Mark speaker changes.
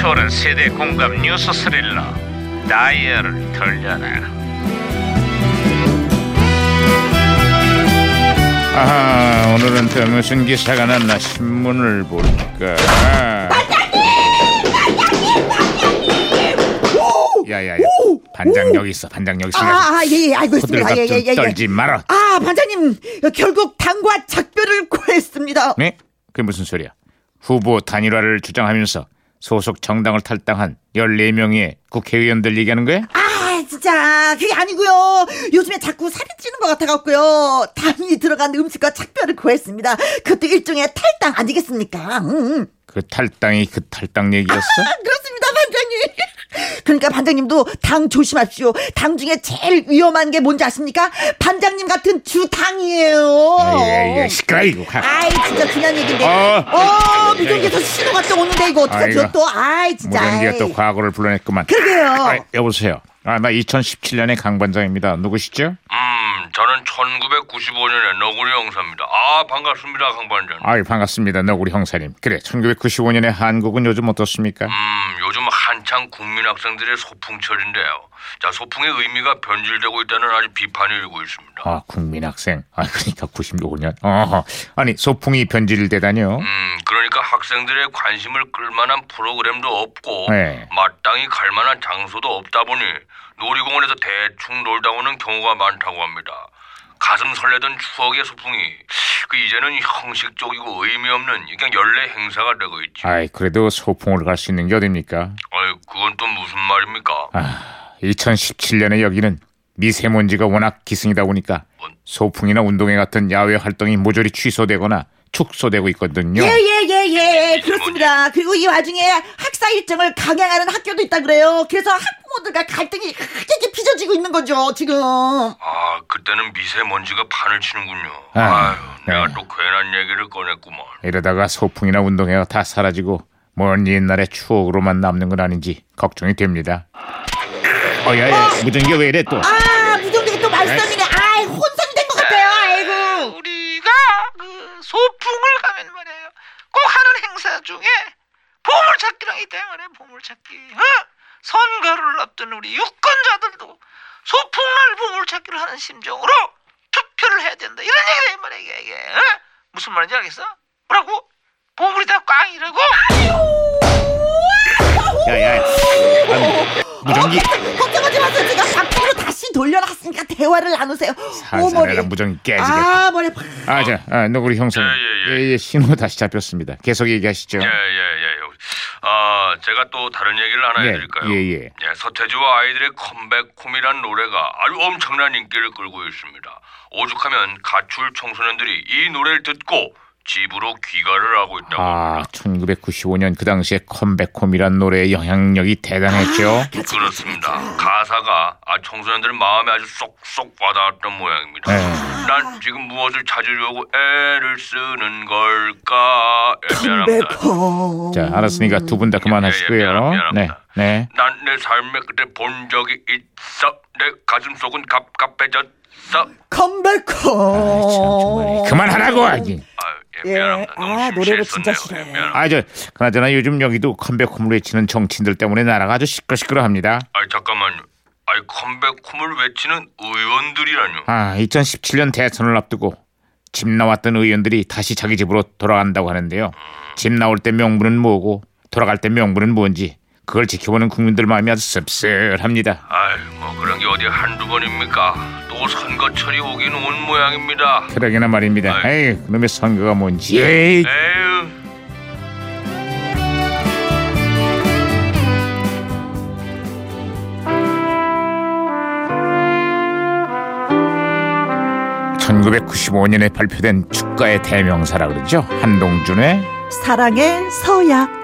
Speaker 1: 초월한 세대 공감 뉴스 스릴러 다이얼을 돌려라
Speaker 2: 음,
Speaker 1: 아하 오늘은 또 무슨 기사가 났나 신문을 볼까 야야야 반장 여기 있어 반장 여기 있어
Speaker 3: 아, 아, 예, 예, 알고 있습니다.
Speaker 1: 호들갑
Speaker 3: 예,
Speaker 1: 좀
Speaker 3: 예, 예, 예.
Speaker 1: 떨지 마라
Speaker 3: 아, 반장님, 결국 당과 작별을 구했습니다.
Speaker 1: 네? 그게 무슨 소리야? 후보 단일화를 주장하면서 소속 정당을 탈당한 14명의 국회의원들 얘기하는 거야?
Speaker 3: 아, 진짜 그게 아니고요. 요즘에 자꾸 살이 찌는 것 같아갖고요. 당이 들어간 음식과 작별을 구했습니다. 그것도 일종의 탈당 아니겠습니까? 음.
Speaker 1: 그 탈당이 그 탈당 얘기였어?
Speaker 3: 아, 그렇습니다, 반장님. 그러니까 반장님도 당 조심하십시오. 당 중에 제일 위험한 게 뭔지 아십니까? 반장님 같은 주당이에요.
Speaker 1: 아, 예예 시끄러 이거
Speaker 3: 아이 진짜 그냥 얘긴데.
Speaker 1: 어.
Speaker 3: 어, 미정기에서 신호가 또 오는데 이거 어떡하죠
Speaker 1: 아이고.
Speaker 3: 또? 아이 진짜.
Speaker 1: 무전기가
Speaker 3: 아이.
Speaker 1: 또 과거를 불러냈구만
Speaker 3: 그러게요.
Speaker 1: 아, 여보세요 아, 나 2017년의 강반장입니다 누구시죠?
Speaker 2: 음, 저는 1995년에 너구리 형사입니다. 아, 반갑습니다, 강반장.
Speaker 1: 아이 반갑습니다 너구리 형사님 그래 1995년의 한국은 요즘 어떻습니까?
Speaker 2: 음, 요즘 한창 국민 학생들의 소풍철인데요. 자, 소풍의 의미가 변질되고 있다는 아주 비판이 일고 있습니다.
Speaker 1: 아 국민학생 아 그러니까 96년 어허 아니 소풍이 변질되다뇨
Speaker 2: 음, 그러니까 학생들의 관심을 끌만한 프로그램도 없고
Speaker 1: 네.
Speaker 2: 마땅히 갈만한 장소도 없다 보니 놀이공원에서 대충 놀다 오는 경우가 많다고 합니다. 가슴 설레던 추억의 소풍이 그 이제는 형식적이고 의미 없는 그냥 연례 행사가 되고 있죠.
Speaker 1: 아이 그래도 소풍을 갈 수 있는 게 어딥니까?
Speaker 2: 아이 그건 또 무슨 말입니까?
Speaker 1: 아. 2017년에 여기는 미세먼지가 워낙 기승이다 보니까 소풍이나 운동회 같은 야외 활동이 모조리 취소되거나 축소되고 있거든요.
Speaker 3: 예예예예 그렇습니다. 그리고 이 와중에 학사 일정을 강행하는 학교도 있다 그래요. 그래서 학부모들과 갈등이 크게 빚어지고 있는 거죠 지금.
Speaker 2: 아 그때는 미세먼지가 판을 치는군요.
Speaker 1: 아,
Speaker 2: 아유 내가
Speaker 1: 네.
Speaker 2: 또 괜한 얘기를 꺼냈구만.
Speaker 1: 이러다가 소풍이나 운동회가 다 사라지고 먼 옛날의 추억으로만 남는 건 아닌지 걱정이 됩니다. 어야야 무전기 왜 이래 또?
Speaker 3: 아 무정기가 또
Speaker 1: 예.
Speaker 3: 말썽이네. 아이 혼선이 된 것 같아요. 아이고.
Speaker 4: 우리가 그 소풍을 가면 말이에요. 꼭 하는 행사 중에 보물찾기랑 이 때문에 보물찾기. 어? 선거를 앞둔 우리 유권자들도 소풍날 보물찾기를 하는 심정으로 투표를 해야 된다. 이런 얘기다 이 말이야 이게. 이게. 어? 무슨 말인지 알겠어? 뭐라고? 보물이 다 꽝이라고?
Speaker 1: 야야 무전기 아,
Speaker 3: 걱정하지 마세요. 제가 밖으로 다시 돌려놨으니까 대화를 나누세요.
Speaker 1: 산산해라 무전기 깨지겠다.
Speaker 3: 아 머리 팍.
Speaker 1: 아자 아, 너구리 형사님
Speaker 2: 예, 예,
Speaker 1: 예예 신호 다시 잡혔습니다. 계속 얘기하시죠.
Speaker 2: 예예예. 아 제가 또 다른 얘기를 하나
Speaker 1: 예,
Speaker 2: 해드릴까요?
Speaker 1: 예, 예.
Speaker 2: 서태지와 아이들의 컴백홈이란 노래가 아주 엄청난 인기를 끌고 있습니다. 오죽하면 가출 청소년들이 이 노래를 듣고 집으로 귀가를 하고 있다고.
Speaker 1: 아, 1995년 그 당시에 컴백홈이란 노래의 영향력이 대단했죠.
Speaker 2: 아.
Speaker 1: 아,
Speaker 2: 그렇습니다. 가사가 아, 청소년들의 마음에 아주 쏙쏙 와닿았던 모양입니다.
Speaker 1: 네.
Speaker 2: 난 지금 무엇을 찾으려고 애를 쓰는 걸까? 예, 미안합니다.
Speaker 3: 컴백홈.
Speaker 1: 자, 알았으니까 두 분
Speaker 2: 예,
Speaker 1: 다
Speaker 2: 예,
Speaker 1: 그만하시고요.
Speaker 2: 미안합니다,
Speaker 1: 네,
Speaker 2: 미안합니다.
Speaker 1: 네.
Speaker 2: 난 내 삶에 그때 본 적이 있어. 내 가슴 속은 갑갑해졌어.
Speaker 1: 아, 참, 정말.
Speaker 3: 컴백홈.
Speaker 1: 그만하라고.
Speaker 3: 어.
Speaker 1: 아니.
Speaker 2: 아, 예,
Speaker 3: 예,
Speaker 2: 미안합니다. 너무
Speaker 3: 아, 노래를 진짜
Speaker 2: 심취했었네요.
Speaker 3: 싫어해.
Speaker 2: 예, 미안합니다.
Speaker 1: 아, 저 그나저나 요즘 여기도 컴백홈을 외치는 정치인들 때문에 나라가 아주 시끌시끌합니다.
Speaker 2: 아, 잠깐만요. 아이 컴백홈을 외치는 의원들이라뇨.
Speaker 1: 아, 2017년 대선을 앞두고 집 나왔던 의원들이 다시 자기 집으로 돌아간다고 하는데요. 집 나올 때 명분은 뭐고 돌아갈 때 명분은 뭔지 그걸 지켜보는 국민들 마음이 아주 씁쓸합니다.
Speaker 2: 아이 뭐 그런 게 어디 한두 번입니까? 또 선거철이 오긴 온 모양입니다.
Speaker 1: 그러게나 말입니다. 에이, 그놈의 선거가 뭔지. 에이,
Speaker 2: 에휴.
Speaker 1: (1995년에) 발표된 축가의 대명사라 그러죠 한동준의
Speaker 3: 사랑의 서약.